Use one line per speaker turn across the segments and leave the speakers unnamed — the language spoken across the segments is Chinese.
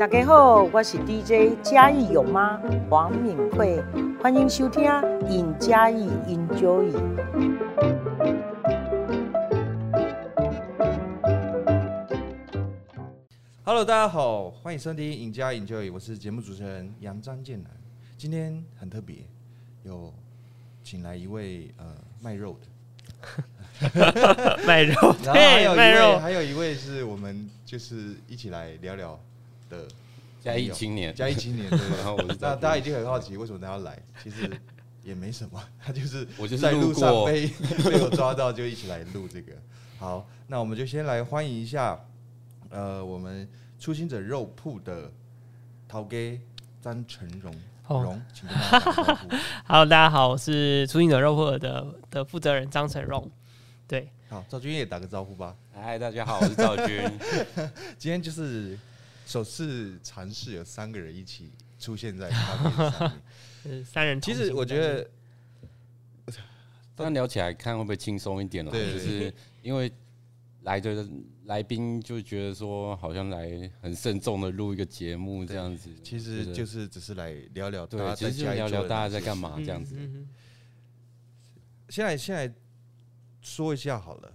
大家好，我是 DJ 嘉义有妈黄敏慧，欢迎收听《尹嘉义 Enjoy》。
Hello，大家好，欢迎收听《赢家 Enjoy》，我是节目主持人杨张建南。今天很特别，有请来一位呃卖肉的，
卖肉，
然后还有
对，
一
卖
位
肉，
还有一位是我们就是一起来聊聊的
嘉义青年，
嘉义青 年，对不对
然后我是在
那大家一定很好奇为什么他要来，其实也没什么， 他就是
我就是
在路
路
上
过
被 被我抓到，就一起来录这个。好，那我们就先来欢迎一下，呃，我们初心者肉铺的陶给张成荣，
哦
荣，请跟大家打个招呼。
Hello，大家好，我是初心者肉货的的负责人张成荣。对，
好，赵君也打个招呼吧。
嗨，大家好，我是赵 军。
今天就是首次尝试有三个人一起出现在画面上面。
呃三人
其
同行。
实我觉得
那聊起来看会不会轻松一点了？
对
就是因为来的来宾就觉得说，好像来很慎重的录一个节目这样子。
其实
对
就是只是来聊聊大
对，
家
其
在
实就
家里
聊
做
聊
的
大家
哪
在
些
干
事
嘛这样子。
嗯嗯嗯
现在现在说一下好了，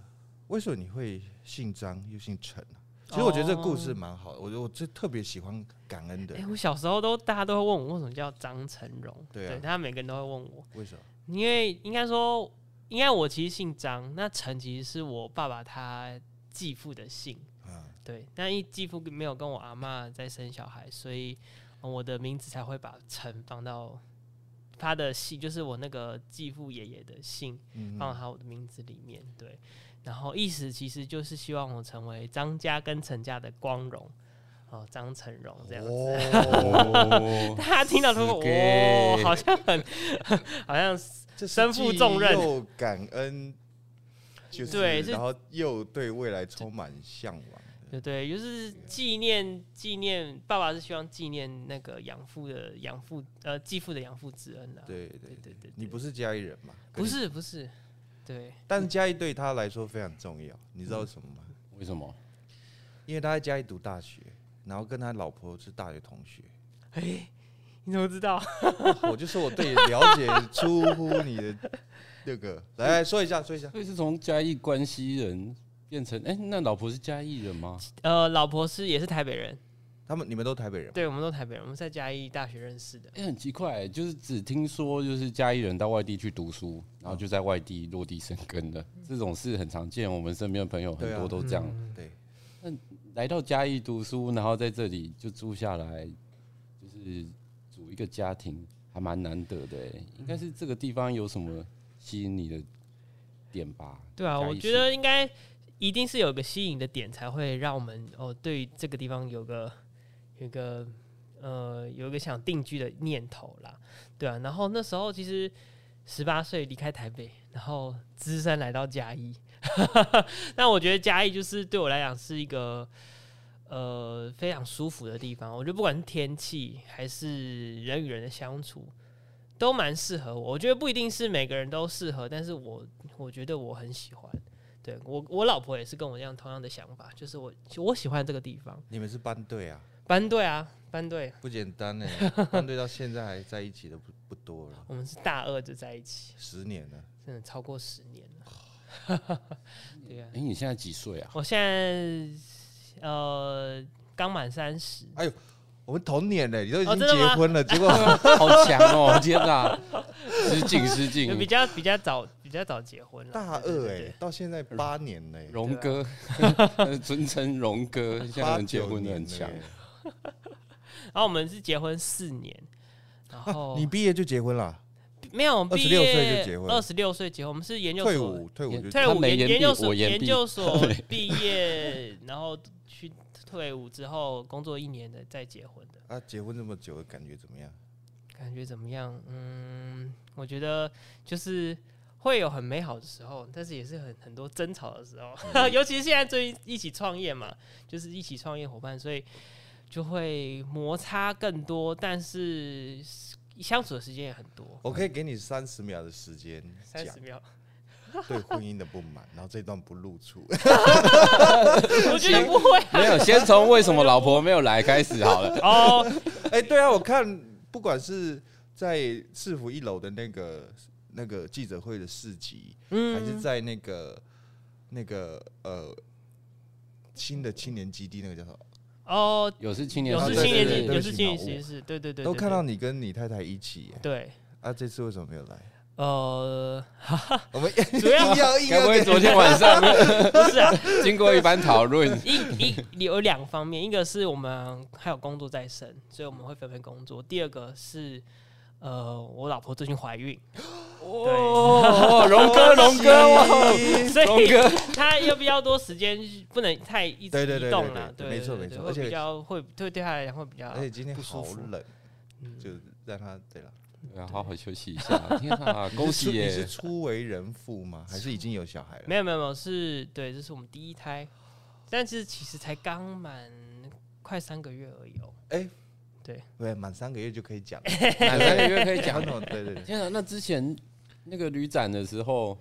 为什么你会姓张又姓陈啊、
哦
其实我觉得这个故事蛮好的，我觉得我最特别喜欢感恩的
哎、，我小时候都大家都会问我为什么叫张成荣，
对啊
大家每个人都会问我，
为什么？
因为应该说，应该我其实姓张，那陈其实是我爸爸他继父的姓，
啊，
对，但一继父没有跟我阿嬷在生小孩，所以呃我的名字才会把陈放到他的姓，就是我那个继父爷爷的姓，
嗯
放到他我的名字里面。对，然后意思其实就是希望我成为张家跟陈家的光荣，哦，张成荣这样子。
嗯
哦
大家听到都
是
说
给
哦，好像很 好像是
这是
身负重任
既又感恩，就是
对是
然后又对未来充满向往的。
对对，就是纪念纪念爸爸是希望纪念那个养父的养父呃继父的养父之恩的、
对
对
对
对对，
你
对
不是嘉义人嘛？可
不，是不是，对，
但嘉义对他来说非常重要，你
嗯
知道为什么吗？
为什么？
因为他在嘉义读大学，然后跟他老婆是大学同学。
哎、你怎么知道？
我就说我对你了解出乎你的那个，来来说一下，说一下。
所以是从嘉义关西人变成哎，那老婆是嘉义人吗？
呃，老婆是也是台北人，
他们你们都台北人吗，
对我们都台北人，我们在嘉义大学认识的。
哎，很奇怪，就是只听说就是嘉义人到外地去读书，然后就在外地落地生根的这种事很常见，我们身边的朋友很
对啊
多都这样。
嗯
对，
来到嘉义读书，然后在这里就住下来，就是组一个家庭，还蛮难得的欸。应该是这个地方有什么吸引你的点吧？
对啊，
嘉义
我
市
觉得应该一定是有个吸引的点，才会让我们哦对于这个地方有个有个呃有一个想定居的念头啦。对啊，然后那时候其实十八岁离开台北，然后只身来到嘉义。 那我觉得嘉义就是对我来讲是一个。呃，非常舒服的地方，我觉得不管是天气还是人与人的相处，都蛮适合我。我觉得不一定是每个人都适合，但是我我觉得我很喜欢。对我，我老婆也是跟我一样同样的想法，就是我我喜欢这个地方。
你们是班队啊，
班队啊，班队，
不简单呢。 班队到现在还在一起的不不多了，
我们是大二就在一起，
十年了。
真的超过十年了。对啊
哎、，你现在几岁啊？
我现在呃刚满三十，
我们同年嘞，你都已
哦
经
真的
结
吗
婚了，结果
好强哦、天哪，失敬失
就比
敬，
较比较早比较早结婚了。
大
对
二
对
哎
对，
到现在八年嘞，
荣哥，
啊
尊称荣哥，现在
八
人结婚的
的
很强。
然后我们是结婚四年，然后、
啊你毕业就结婚了，
没有
26
毕
岁就
业
结婚
二十六岁结婚，我们是研究
退
所
伍退伍就
退
他
伍
没
研研
延毕
究所
我延
研
毕
究所
对
毕业，然后去退伍之后工作一年的再结婚的，
啊，结婚这么久的感觉怎么样？
感觉怎么样？嗯，我觉得就是会有很美好的时候，但是也是很很多争吵的时候，
嗯
尤其是现在最近一起创业嘛，就是一起创业伙伴，所以就会摩擦更多，但是相处的时间也很多。
我可以给你三十秒的时间
三
讲
十，秒，
对婚姻的不满，然后这段不露出。
我觉得不会
没有，先从为什么老婆没有来开始好了。
哦，
哎、对啊，我看不管是在市府一楼的那个那个记者会的市集，还是
嗯，
在那个那个呃新的青年基地那个叫什么，
哦，
有是青年
有
时
是
期，
青年
对
节，
对对
有是青年
对
节是，对对对，
都
对
看到
对
你跟你太太一起耶
对，
啊，这次为什么没有来？
呃，
我们
主要
要 硬
该不
要
会昨天晚上
不是 啊，
经过一番讨论，
一一有两方面，一个是我们还有工作在身，所以我们会分配工作；第二个是呃，我老婆最近怀孕，
哦， 龙哥，龙哥，哇
我
所
龙
以
哥，
她有比较多时间，不能太一直
对对对
移动了，
对
对，
对对没错
对
没错
会
而且
比较会对对她来讲会比较
而且今天
不
好
舒服
冷，
嗯
就让他对了。
要好好休息一下。 天啊，恭喜
你是
耶！
初为人父吗？还是已经有小孩了？
没有没有没有，是对，这是我们第一胎，但是其实才刚满快三个月而已哦。
对，满三个月就可以 讲了，
哪三个月可以讲
讲？什么？对对对，
天啊，那之前那个旅展的时候，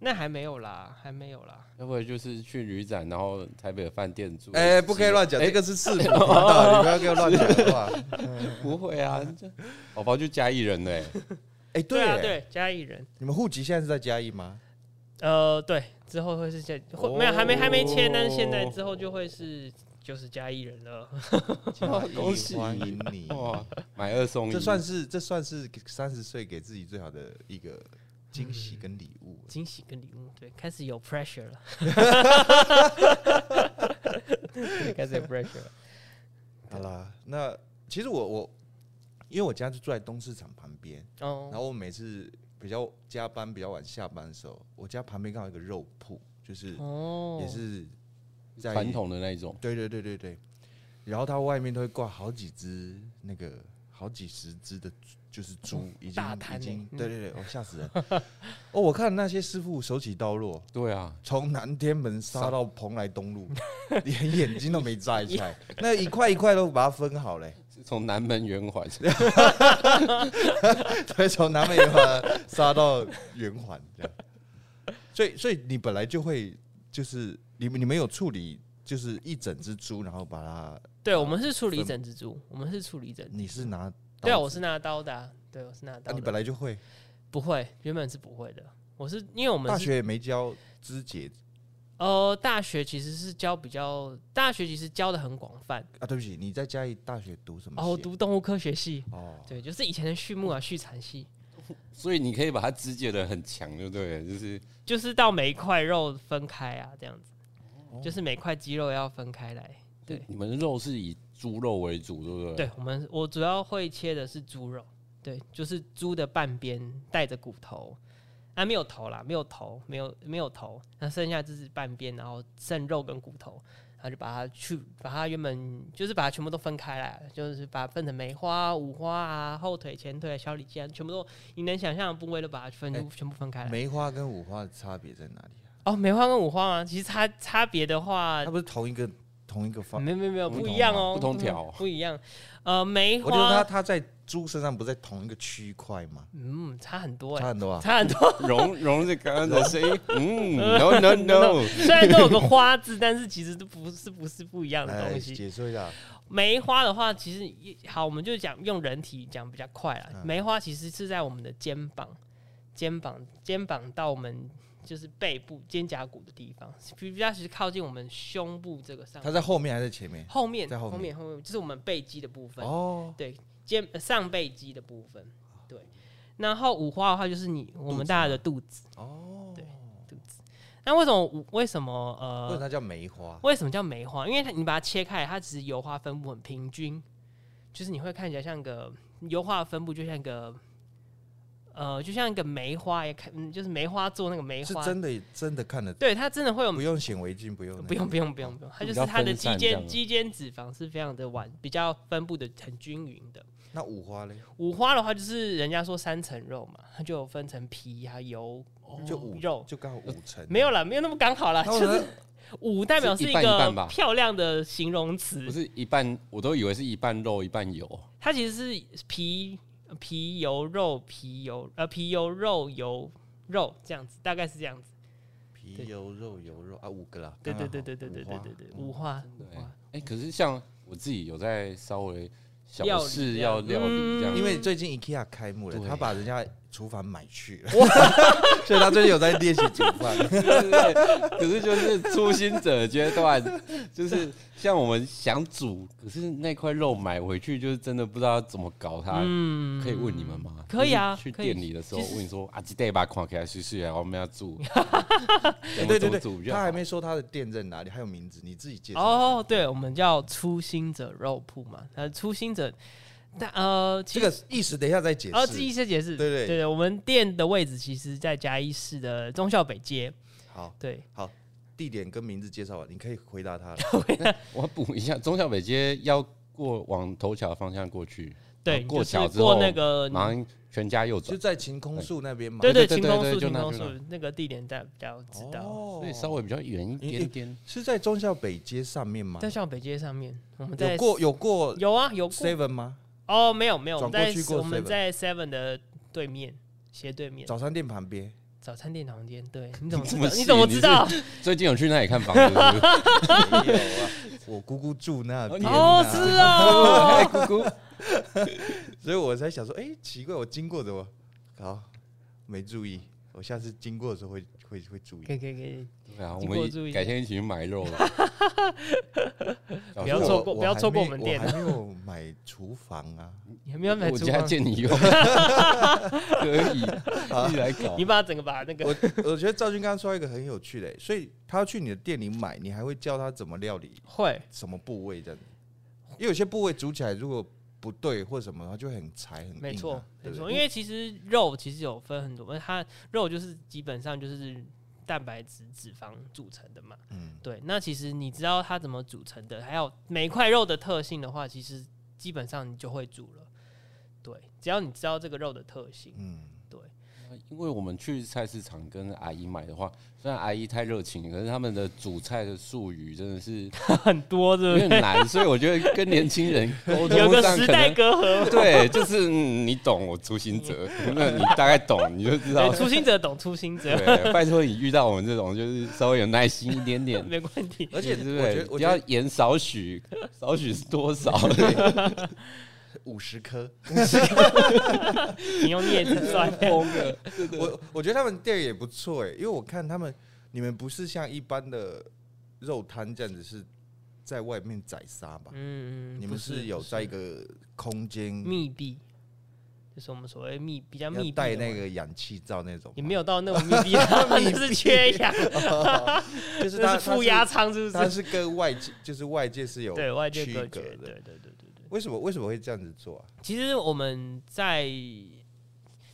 那还没有啦，还没有啦。
要不然就是去旅展，然后台北的饭店住。
哎、不可以乱讲，
哎哦
这个是市府频道，你不要给我乱讲话。
不会啊，这宝宝就嘉义人嘞。
哎、
对啊，
耶，
对，嘉义人。
你们户籍现在是在嘉义吗？
呃，对，之后会是嘉，会没有还没还没签，但是现在
哦
之后就会是就是嘉义人了。
哇恭喜
欢迎你！
哇，买二送一，
这算是这算是三十岁给自己最好的一个惊喜跟礼物。
惊喜跟礼物，对，开始有 pressure 了， 对开始有 pressure 了。
嗯
好啦，那其实我我因为我家就住在东市场旁边，然
哦，
后我每次比较加班比较晚下班的时候，我家旁边刚好有一个肉铺，就是
哦，
也是在
传统的那一种。
对对对对对，然后它外面都会挂好几只那个好几十只的猪，就是猪，已经
嗯大
已
摊
经
欸
对对对，我吓死人！ 哦，我看那些师傅手起刀落，
对啊，
从南天门杀到蓬莱东 路，连眼睛都没眨一下，那一块一块都把它分好嘞，
是从南门圆环，
对，从南门圆环杀到圆环这样。所以，所以你本来就会就是你们你们有处理就是一整只猪，然后把它，
对，我们是处理一整只猪，我们是处理一整只，
你是拿
对啊，
刀
我
子
是拿刀的啊，对，我是拿
啊，
刀
你
的。
本来就会。
不会，原本是不会的。我是因为我们
大
是
学也没教肢解
呃，大学其实是教比较，大学其实教的很广泛。
啊，对不起，你在嘉义大学读什么系啊？
哦，我读动物科学系，
哦，
对，就是以前的畜牧啊、畜产系，
所以你可以把它肢解的很强，对不对了？就是
就是到每一块肉分开啊，这样子，就是每块肌肉要分开来。对
你们肉是以猪肉为主，对不对？。
对我们，我主要会切的是猪肉，对，就是猪的半边带着骨头，啊，没有头啦，没有头，没有没有头，那剩下就是半边，然后剩肉跟骨头，然后就把它去把它原本就是把它全部都分开来，就是把它分成梅花、五花啊、后腿、前腿、小里脊啊，全部都你能想象的部位都把它分、
哎
全部分开来。
梅花跟五花的差别在哪里啊？
哦，梅花跟五花吗？其实差差别的话
它。不是同一个同一个方，
没有没有没有
不同
不一样
吗
哦，
不同条
不一样。呃，梅
我觉得它
花，
它在猪身上不在同一个区块吗？
嗯，差很多哎
差，很多啊。
差很多。
蓉蓉是刚刚的声音，嗯，no no no，
虽然都有个花字，但是其实都不是不是不一样的
来
东西。
哎
嗯
解说一下，
梅花的话，其实也好，我们就讲用人体讲比较快啦。
嗯
梅花其实是在我们的肩膀、肩膀、肩膀到我们就是背部肩胛骨的地方，比比较是靠近我们胸部这个上
它在后面还是前面？
后面
在后
后
面
面后面就是我们背肌的部分。
哦，
对，肩呃上背肌的部分，对。然后五花的话就是你我们大家的肚子哦，对，肚子。那为什么五为什么
为什么
呃
它叫梅花？
为什么叫梅花？因为它你把它切开来，它其实油花分布很平均，就是你会看起来像个油花的分布就像个呃就像一个梅花也看，嗯就是梅花做那个梅
是
花，
真的真的看得，
对它真的会有
不用显微镜，不用那个
不用不用不用不用，它
比
就是
较
它的
分
肌
散这
间
样
肌间脂肪是非常的完比较分布的很均匀的。
那五花嘞，
五花的话，就是人家说三层肉嘛，它就有分成皮还有
嗯
油、
就五
哦肉，
就刚好五层。
没有啦，没有那么刚好啦，
那我
就是
们
五代表是一
是一半一半
个
吧
漂亮的形容
不
词，
是一半，我都以为是一半肉一半油，
它呃其实是皮皮油肉皮油呃皮油肉油肉这样子，大概是这样子。
皮油肉油肉啊，五个啦。
对
刚
对
刚
对
好
对对对对对对，
嗯
五
五花
花
对
五花，，
哎，可是像我自己有在稍微小
料理
事
这
要
样
料理这
嗯
样，
因为最近 IKEA 开幕了，
对
他把人家厨房买去了，所以他最近有在练习煮 饭。
可是就是初心者阶段， 就是像我们想煮，可是那块肉买回去就是真的不知道怎么搞它。
嗯
可以问你们吗？
可以啊
就是去
可以
店里的时候
其实
问你说啊，这袋把看起来是是啊，我们要 煮， 怎么
对对
怎么
对
煮比，较
他还
好
没说他的店在哪里，还有名字，你自己介绍。
哦，对，我们叫初心者肉铺嘛。那初心者，但呃，其
这
实
个意思等一下再解
哦，这一
释。
些解释，
对对
对对，我们店的位置其实在嘉义市的忠孝北街，
好，
对，
地点跟名字介绍完，你可以回答他了。
我补一下，中小北街要过往头桥方向过去，
对，
然
你就
后啊过
是
桥之后
过那个，
马上全家右
就
转，
在晴空树那边嘛。
对对，
对
晴
对
空
对
树，
就
晴
那
空
就
树那个地点大家比较知道，
哦
所以稍微比较远一点点。
是在忠孝北街上面吗
在？孝北街上面，我们在
有过有过
有啊有过
Seven 吗？
哦，没有没有，我们
转过
在
去过
我们
7-Eleven
在 Seven 的对面。斜对面
早餐店旁边。
早餐店旁边，对，你怎么
你
知
这
道
么？
你怎么
细
知道？
最近有去那里看房子是 不
没
是？
有啊，我姑姑住那边啊
哦，是哦，
哎姑姑，
所以我才想说，哎、奇怪，我经过怎么好没注意？我下次经过的时候会会会注
可以
意。
可以可以，
对啊，我
经过注
们
意
改天一起去买肉。
不要错过
我
不要错过
我还
我们
没
店啊
我还没 有买厨房啊，
你还没有买
我
厨
家
房，
借你 用，可以，一起来搞
你。把整个把那个
我我觉得赵军刚刚说到一个很有趣的、欸所以他要去你的店里买，你还会教他怎么料理
会
什么部位这样子，因为有些部位煮起来如果不对或什么，它就会很柴很硬啊、
没错，没
对不对
错，因为其实肉其实有分很多，它肉就是基本上就是蛋白质、脂肪组成的嘛。
嗯，
对，那其实你知道它怎么组成的，还有每一块肉的特性的话，其实基本上你就会煮了。对，只要你知道这个肉的特性，
嗯，
因为我们去菜市场跟阿姨买的话，虽然阿姨太热情，可是他们的主菜的术语真的是
很多
有
对
点
不对？
难，所以我觉得跟年轻人沟
有
通
个
上
时
可
代
能。
隔 阂，
对，就是、嗯、你懂我初心者， 那你大概懂，你就知道
对，。初心者懂初心者，
对，拜托你遇到我们这种，就是稍微有耐心一点点，
没问题。
而且
对不
我觉
对？
得我
不
觉
要
得
言少许，少许是 多少？
五十颗。
你用镊子 算，
我我觉得他们店也不错哎、因为我看他们，你们不是像一般的肉摊这样子是在外面宰杀吧？
嗯，嗯
你们
不
是有
不
在一个空间，
密闭，就是我们所谓密比较密
要
闭
带
的
那
环
个氧气罩那种吗，
也没有到那种密 闭啊，那是缺氧，
就是
那
它
是负压，舱，是不
它
是？
是它是跟外界就是外界是有
对外界
区
隔
隔
绝，对
的。
对对对对。
为什么为什么会这样子做啊？
其实我们在，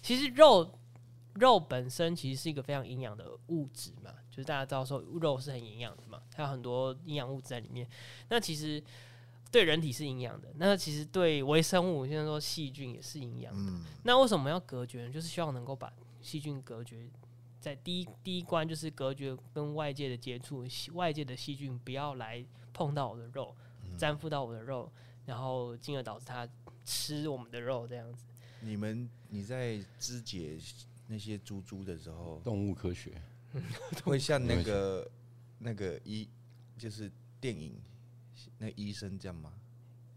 其实肉肉本身其实是一个非常营养的物质嘛，就是大家知道说肉是很营养的嘛，它有很多营养物质在里面。那其实对人体是营养的，那其实对微生物，现在说细菌也是营养的。
嗯，
那为什么要隔绝呢？就是希望能够把细菌隔绝，在第一第一关就是隔绝跟外界的接触，细外界的细菌不要来碰到我的肉，粘附到我的肉，然后进而导致它吃我们的肉这样子。
你们你在肢解那些猪猪的时候，
动物科学，
会像那个那个医，就是电影那医生这样吗？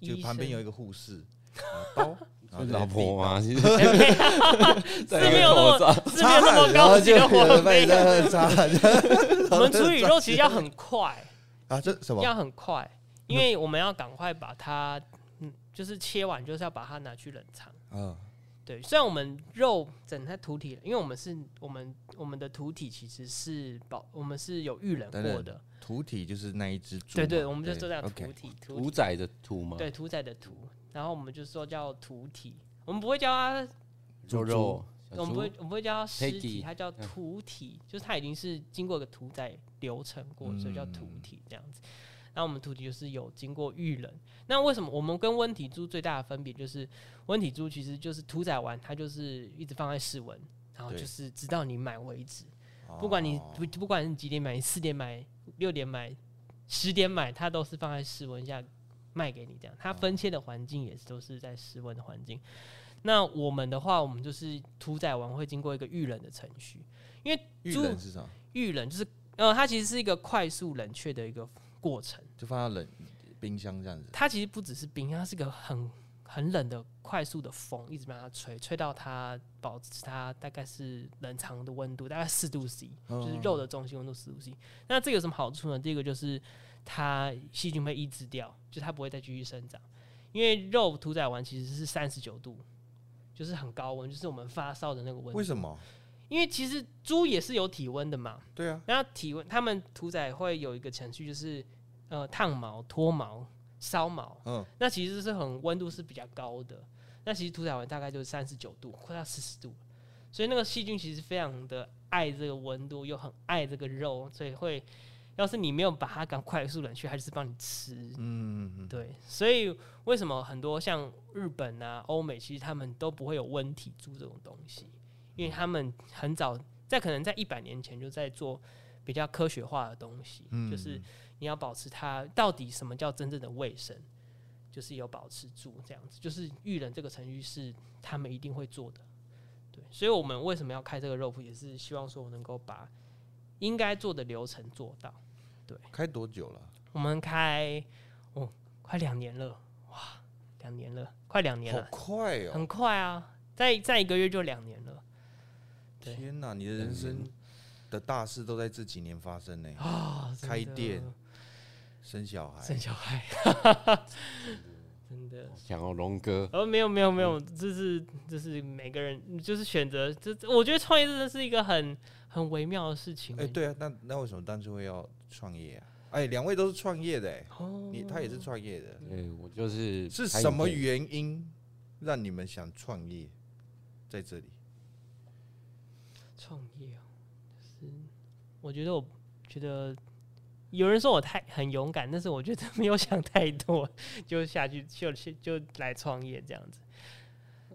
就旁边 有一
个
个护士，拿刀，然后
老婆啊
吗？
吗？其实
是
戴
没
一
有
个
那么
口罩
是没有那么高级的啊我没有。
擦汗
我们处理肉其实要很快，
啊，这什么？
要很快，因为我们要赶快把它，嗯，就是切完就是要把它拿去冷藏。
啊，
对，虽然我们肉整在土体，因为我们是我们我们的土体其实是保，我们是有预冷
等
过
等
的。
土体就是那一只猪嘛。
对对，我们就说叫土
，OK，
体，土
屠
体
宰的屠吗？
对屠宰的屠，然后我们就说叫土体，我们不会叫它，
肉肉，
我们不会我们不会叫它尸
Peggy，
体，它叫
嗯
土体，就是它已经是经过一个屠宰流程过，所以叫土
嗯
体这样子。那我们土体就是有经过预冷，那为什么我们跟温体猪最大的分别就是，温体猪其实就是屠宰完，它就是一直放在室温，然后
对
就是直到你买为止。
哦
不管你不不管你几点买，你四点买、六点买、十点买，它都是放在室温下卖给你这样。它分切的环境也是都是在室温的环境。那我们的话，我们就是屠宰完会经过一个预冷的程序，
预
猪
冷是什么？
预冷就是呃，它其实是一个快速冷却的一个过程。
就放到冷冰箱这样子。
它其实不只是冰，它是个很很冷的、快速的风，一直把它吹，吹到它保持它大概是冷藏的温度，大概四度 C，
嗯
就是肉的中心温度四度 C。那这个有什么好处呢？第一个就是它细菌会抑制掉，就它不会再继续生长，因为肉屠宰完其实是三十九度，就是很高温，就是我们发烧的那个温度。
为什？么？
因为其实猪也是有体温的嘛，
对啊，
那体温，他们屠宰会有一个程序，就是呃烫毛、脱毛、烧毛。
嗯，
那其实是很温度是比较高的。那其实屠宰完大概就是三十九度，快到四十度，所以那个细菌其实非常的爱这个温度，又很爱这个肉，所以会，要是你没有把它赶快速冷却，它就是帮你吃。
嗯嗯嗯，
对，所以为什么很多像日本啊、欧美，其实他们都不会有温体猪这种东西，因为他们很早在可能在一百年前就在做比较科学化的东西，
嗯
就是你要保持它到底什么叫真正的卫生，就是有保持住这样子，就是育人这个程序是他们一定会做的。对，所以我们为什么要开这个肉铺，也是希望说我能够把应该做的流程做到。
开多久了？
我们开哦，快两年了，哇，两年了，快两年
好
了，
快哦！
很快啊，再再一个月就两年了对
天哪，你的人生的大事都在这几年发生呢，
啊！真的
开店生小孩
生，小孩， 真的。
想要龙哥，
哦，没有没有没有，
嗯
就是就是每个人就是选择，这这我觉得创业真的是一个很很微妙的事情。欸
哎，对啊，那那为什么当初会要创业啊？哎，两位都是创业的，哎，
哦，嗯
你他也是创业的，
对我就是
是
拍影
什么
片
原因让你们想创业？在这里，
创业哦，就是我觉得我觉得有人说我太很勇敢，但是我觉得没有想太多，就下去就就来创业这样子。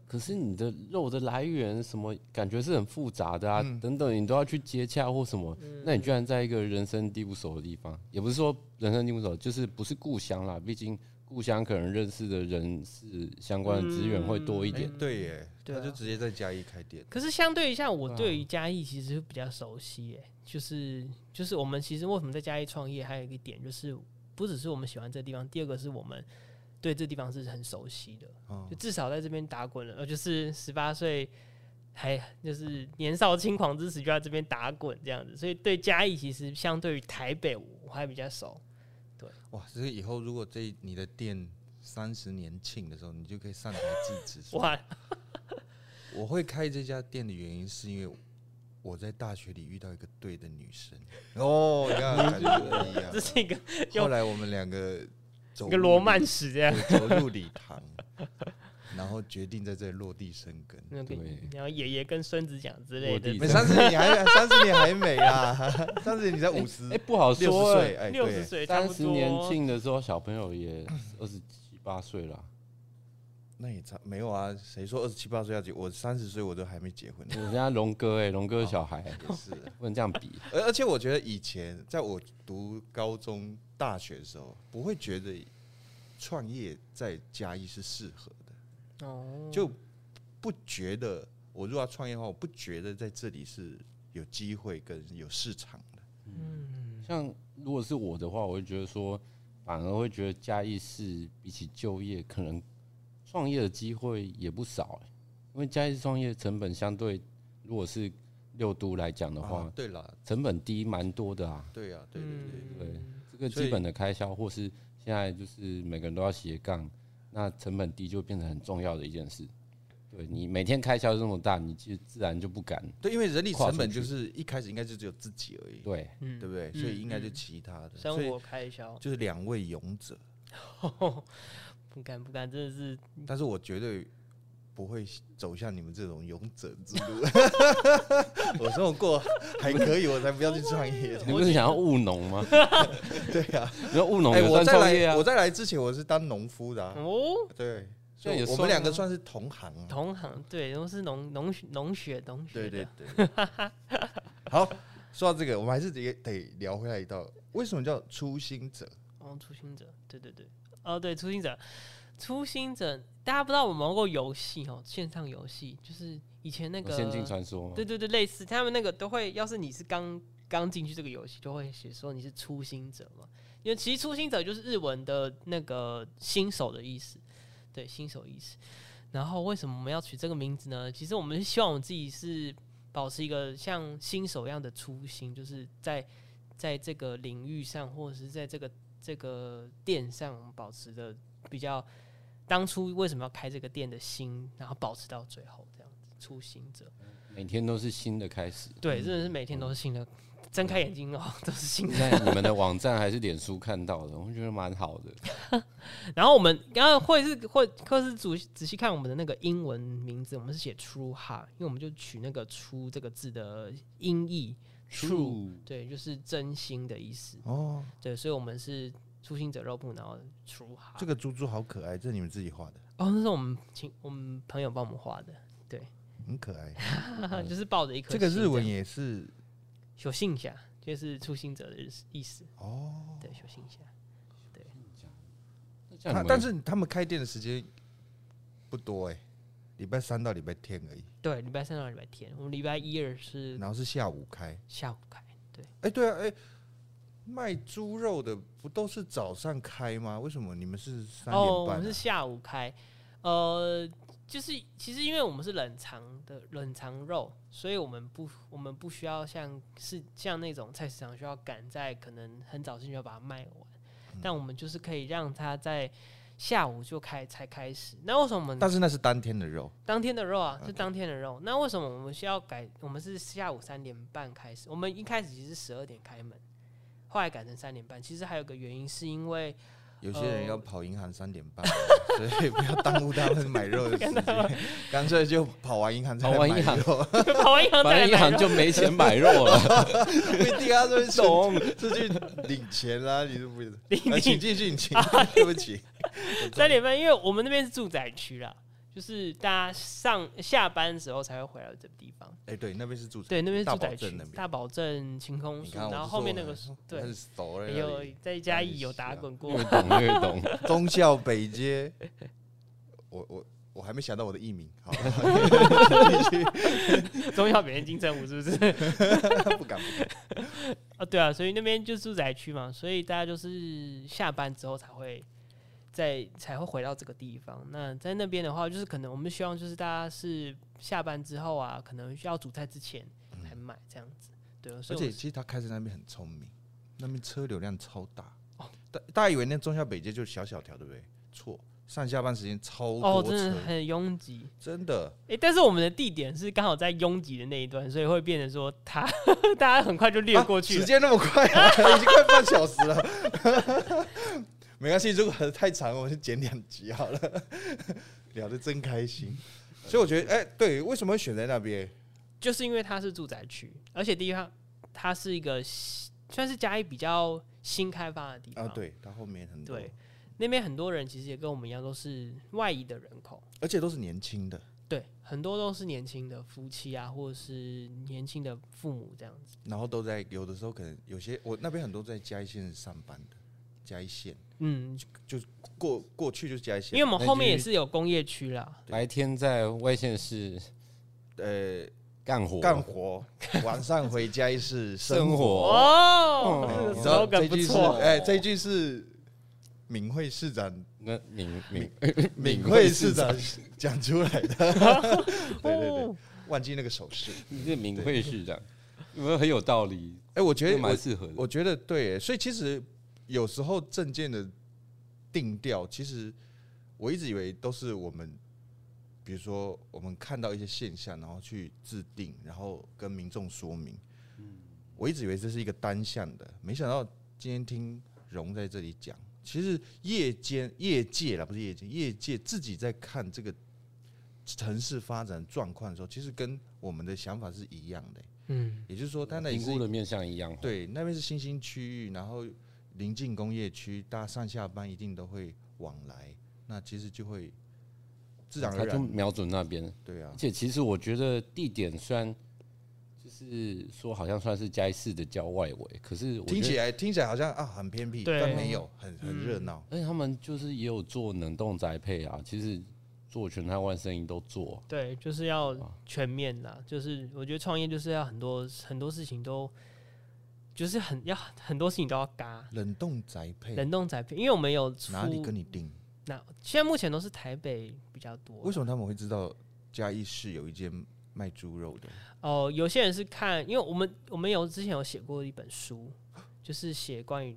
可是你的肉的来源什么，感觉是很复杂的啊，
嗯
等等，你都要去接洽或什么。
嗯
那你居然在一个人生地不熟的地方，也不是说人生地不熟，就是不是故乡啦。毕竟故乡可能认识的人是相关的资源会
嗯
多一
哎
点。，
对耶，
对
他
啊
就直接在嘉义开店，
可是相对一下，我
对啊
对于嘉义其实比较熟悉耶，就是就是我们其实为什么在嘉义创业，还有一个点就是，不只是我们喜欢这地方，第二个是我们对这地方是很熟悉的，
哦
就至少在这边打滚了，呃，就是十八岁还就是年少轻狂之时就在这边打滚这样子，所以对嘉义其实相对于台北我还比较熟，
哇，这个以后如果这一你的店三十年庆的时候，你就可以上台致 辞说，
哇，
啊
我会开这家店的原因是因为我在大学里遇到一个对的女生，哦，你看感觉不一
这
样。啊
是一个
后来我们两个走入
一个罗曼史这样。
对走入礼堂，然后决定在这里落地生根。
那个
对，
然后爷爷跟孙子讲之类
落
的
地，
没三十年还三十年还没啊，三十年你在五十
哎、不好
六十
说、
岁，
欸。
哎，
六十
对，
岁差
三
不
十
多。
年庆的时候，小朋友也二十七八岁啦。
那也差没有啊。谁说二十七八岁要结？我三十岁我都还没结婚呢，
人家龙哥哎、龙哥的小孩、
也是。啊
不能这样比。
而而且我觉得以前在我读高中、大学的时候，不会觉得创业在嘉义是适合的，
哦，
就不觉得我如果要创业的话，我不觉得在这里是有机会跟有市场的。
像如果是我的话，我会觉得说，反而会觉得嘉义市比起就业，可能创业的机会也不少、欸、因为嘉义市创业成本相对，如果是六都来讲的话，
啊对啦，
成本低蛮多的啊。
对啊，对对对
嗯
对，
对，这个
所以
基本的开销，或是现在就是每个人都要斜杠，那成本低就变成很重要的一件事。对你每天开销这么大，你就自然就不敢。
对，因为人力成
跨
本
出去
就是一开始应该就只有自己而已，
对，
嗯
对不对？所以应该就
嗯
其他的，
生
所以
活开销，
就是两位勇者，
不敢不敢，真的是
但是我绝对不会走向你们这种勇者之路。我生活过还可以，我才不要去创业。
你不是想要务农吗？
对啊，
你说务农
哎、
也
我
算
再
创业啊嗯
来，我？在来之前我是当农夫的、啊，
哦，
对，所
那也
以我
算
们两个
啊
算是同行、啊。
同行对，都是农农学农学农学
对
的，
对对。 好，说到这个，我们还是得得聊回来一道，为什么叫初心者？
哦，初心者，对对对，哦对，初心者，初心者，大家不知道我们玩过游戏哦，线上游戏就是以前那
有
个
《仙境传说》吗
对？对对，类似他们那个都会，要是你是刚刚进去这个游戏，都会写说你是初心者嘛，因为其实初心者就是日文的那个新手的意思，对，新手意思。然后为什么我们要取这个名字呢？其实我们是希望我们自己是保持一个像新手一样的初心，就是在在这个领域上，或者是在这个这个店上，我们保持的比较当初为什么要开这个店的心，然后保持到最后这样子，初心者。
每天都是新的开始。
对，
嗯
真的是每天都是新的，睁开眼睛哦， 都是新的。
在你们的网站还是脸书看到的，我觉得蛮好的。
然后我们然后会是会或是仔细仔细看我们的那个英文名字，我们是写 True Heart，因为我们就取那个 True 这个字的音译 True，对，就是真心的意思。
哦，
对，所以我们是初心者肉铺，然后 True Heart。
这个猪猪好可爱，这是你们自己画的，
哦，那是我们请我们朋友帮我们画的，
很可 爱。
就是抱着一颗
嗯这个
心
日文
样
也是
有信下，就是初心者的意思意思。
哦，
对，有信下。
那这
他
样你们
但是他们开店的时间不多哎，礼拜三到礼拜天而已，
对，礼拜三到礼拜天，我们礼拜一二是
然后是下午开。
下午开。对。
哎，对啊，哎，卖猪肉的不都是早上开吗？为什么你们是三
哦，
点
我们
半
是
啊？
下午开，呃，就是其实因为我们是冷藏的冷藏肉，所以我们不我们不需要像是像那种菜市场需要赶在可能很早之前就要把它卖完，
嗯
但我们就是可以让它在下午就开才开始。那为什么我们
但是那是当天的肉，
当天的肉啊，是当天的肉。那为什么我们需要改？我们是下午三点半开始，我们一开始其实是十二点开门，后来改成三点半。其实还有个原因，是因为
有些人
哦
要跑银行三点 半，所以不要耽误他们买肉的时间，干脆就跑完银行再
跑
来
完
买
银 行
肉。
跑完银行
反
再
正银
来买
行
肉
就没钱买肉了，
不一定啊，这边
懂
是去领钱啦，你是不是？
领
啊请
领
进去，你请，对不起，
三点半，因为我们那边是住宅区啦，就是大家上下班的时候才会回来这个地方。
哎，对，那边是住宅，
对，那边是
大
住
保
宅
镇
区
那，边
大保镇晴空
你
树，
看我
然后
就
后面
说
那个
我
树
很
对，
熟了，
有
那里
在嘉义有
啊
打滚过
越，懂越懂。
忠孝北街， 我我我还没想到我的艺名， 好，
中小北边金城武是不是？
不敢不 敢。
啊，对啊，所以那边就是住宅区嘛，所以大家就是下班之后才会。在才会回到这个地方。那在那边的话，就是可能我们希望就是大家是下班之后啊，可能需要煮菜之前才买这样子。对，所
而
以
且
我
其实他开在那边很聪明，那边车流量超大，大大家以为那忠孝北街就是小小条，对不对？错，上下班时间超
哦，
多
真的
车，
很拥挤。
真的。
诶，但是我们的地点是刚好在拥挤的那一段，所以会变成说他大家很快就掠过去
啊时
了。
间那么快、啊， 已经快半小时了。 没关系，如果太长，我就剪两集好了。 聊得真开心，所以我觉得，哎、对，为什么会选在那边？
就是因为它是住宅区，而且第一它它是一个新算是嘉义比较新开发的地方。
啊，对，它后面很多，
对，那边很多人其实也跟我们一样都是外移的人口，
而且都是年轻的，
对，很多都是年轻的夫妻啊，或者是年轻的父母这样子。
然后都在有的时候可能有些，我那边很多在嘉义县上班的，嘉义县
嗯，
过过去就是嘉义县，
因为我们后面也
那就是
有工业区啦，
白天在外县市
呃
干活，
干活，晚上回嘉义市生
生
活。
活。
哦，
你
这个
知道
slogan
这
不
句是
错，
哎，这句是敏慧市 长
那敏敏
敏慧市长讲出来 的，对对对，
哦
忘记那个手势。
你是敏慧市长，有没有很有道理？
哎、我觉
觉得
得
蛮
我
适合的。
我觉得对耶，所以其实有时候证件的定调，其实我一直以为都是我们，比如说我们看到一些现象，然后去制定，然后跟民众说明。我一直以为这是一个单向的，没想到今天听荣在这里讲，其实业间业界啦，不是业界，业界自己在看这个城市发展状况的时候，其实跟我们的想法是一样的耶。
嗯。
也就是说，它那里
评
是
估的面向一样，，
对，那边是新兴区域，然后临近工业区，大家上下班一定都会往来，那其实就会自然
他
而
就
然，
瞄准那边。
对啊
而，且其实我觉得地点虽然就是是说好像算是嘉义市的郊外围，可是我
听
觉
起
得，
来听起来好像啊很偏僻，
对
但没有很很
嗯
热闹。
哎而且他们就是也有做冷冻宅配啊，其实做全台湾生意都做，
对，就是要
哇
全面啦。就是我觉得创业就是要很多很多事情都，就是很要很多事情都要嘎。
冷冻宅配
冷冻宅配，因为我们有出
哪里跟你定？
那现在目前都是台北比较多。
为什么他们会知道嘉义市有一间卖猪肉的？
哦，有些人是看，因为我们我们有之前有写过一本书，就是写关于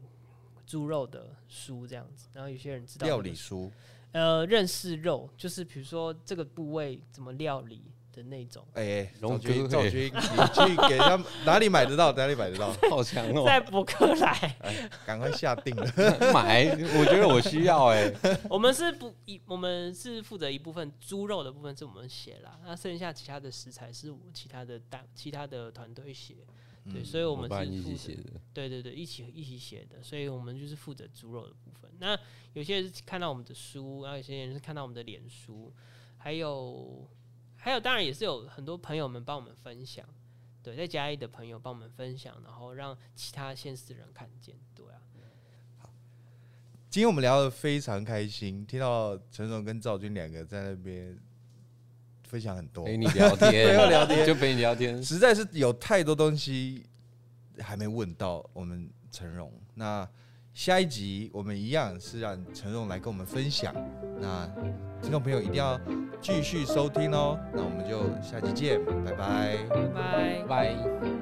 猪肉的书这样子，然后有些人知道
料
那个
理书
呃认识肉，就是比如说这个部位怎么料理的那种，
哎，赵
龙
军，
哥
赵
哎
军，你去给他们哪里买得到？哪里买得到？
好强哦、
在博客来，
赶快下定了。
买，我觉得我需要哎、
我们是不一，我们是负责一部分猪肉的部分是我们写啦，那剩下其他的食材是我其他的大其他的团队写，
嗯
对，所以我们
伙伴
是
一
负
起
责
写的，
对对对，一起一起写的，所以我们就是负责猪肉的部分。那有些人是看到我们的书，然后有些人是看到我们的脸书，还有还有，当然也是有很多朋友们帮我们分享，对，在嘉义的朋友帮我们分享，然后让其他县市的人看见，对啊，
今天我们聊得非常开心，听到陈总跟赵军两个在那边分享很多，
哎陪你聊 天，
对要聊天
就陪你聊天。
实在是有太多东西还没问到我们陈荣。那下一集我们一样是让陈荣来跟我们分享。那听众朋友一定要继续收听哦。那我们就下集见，拜拜。
拜拜。
拜。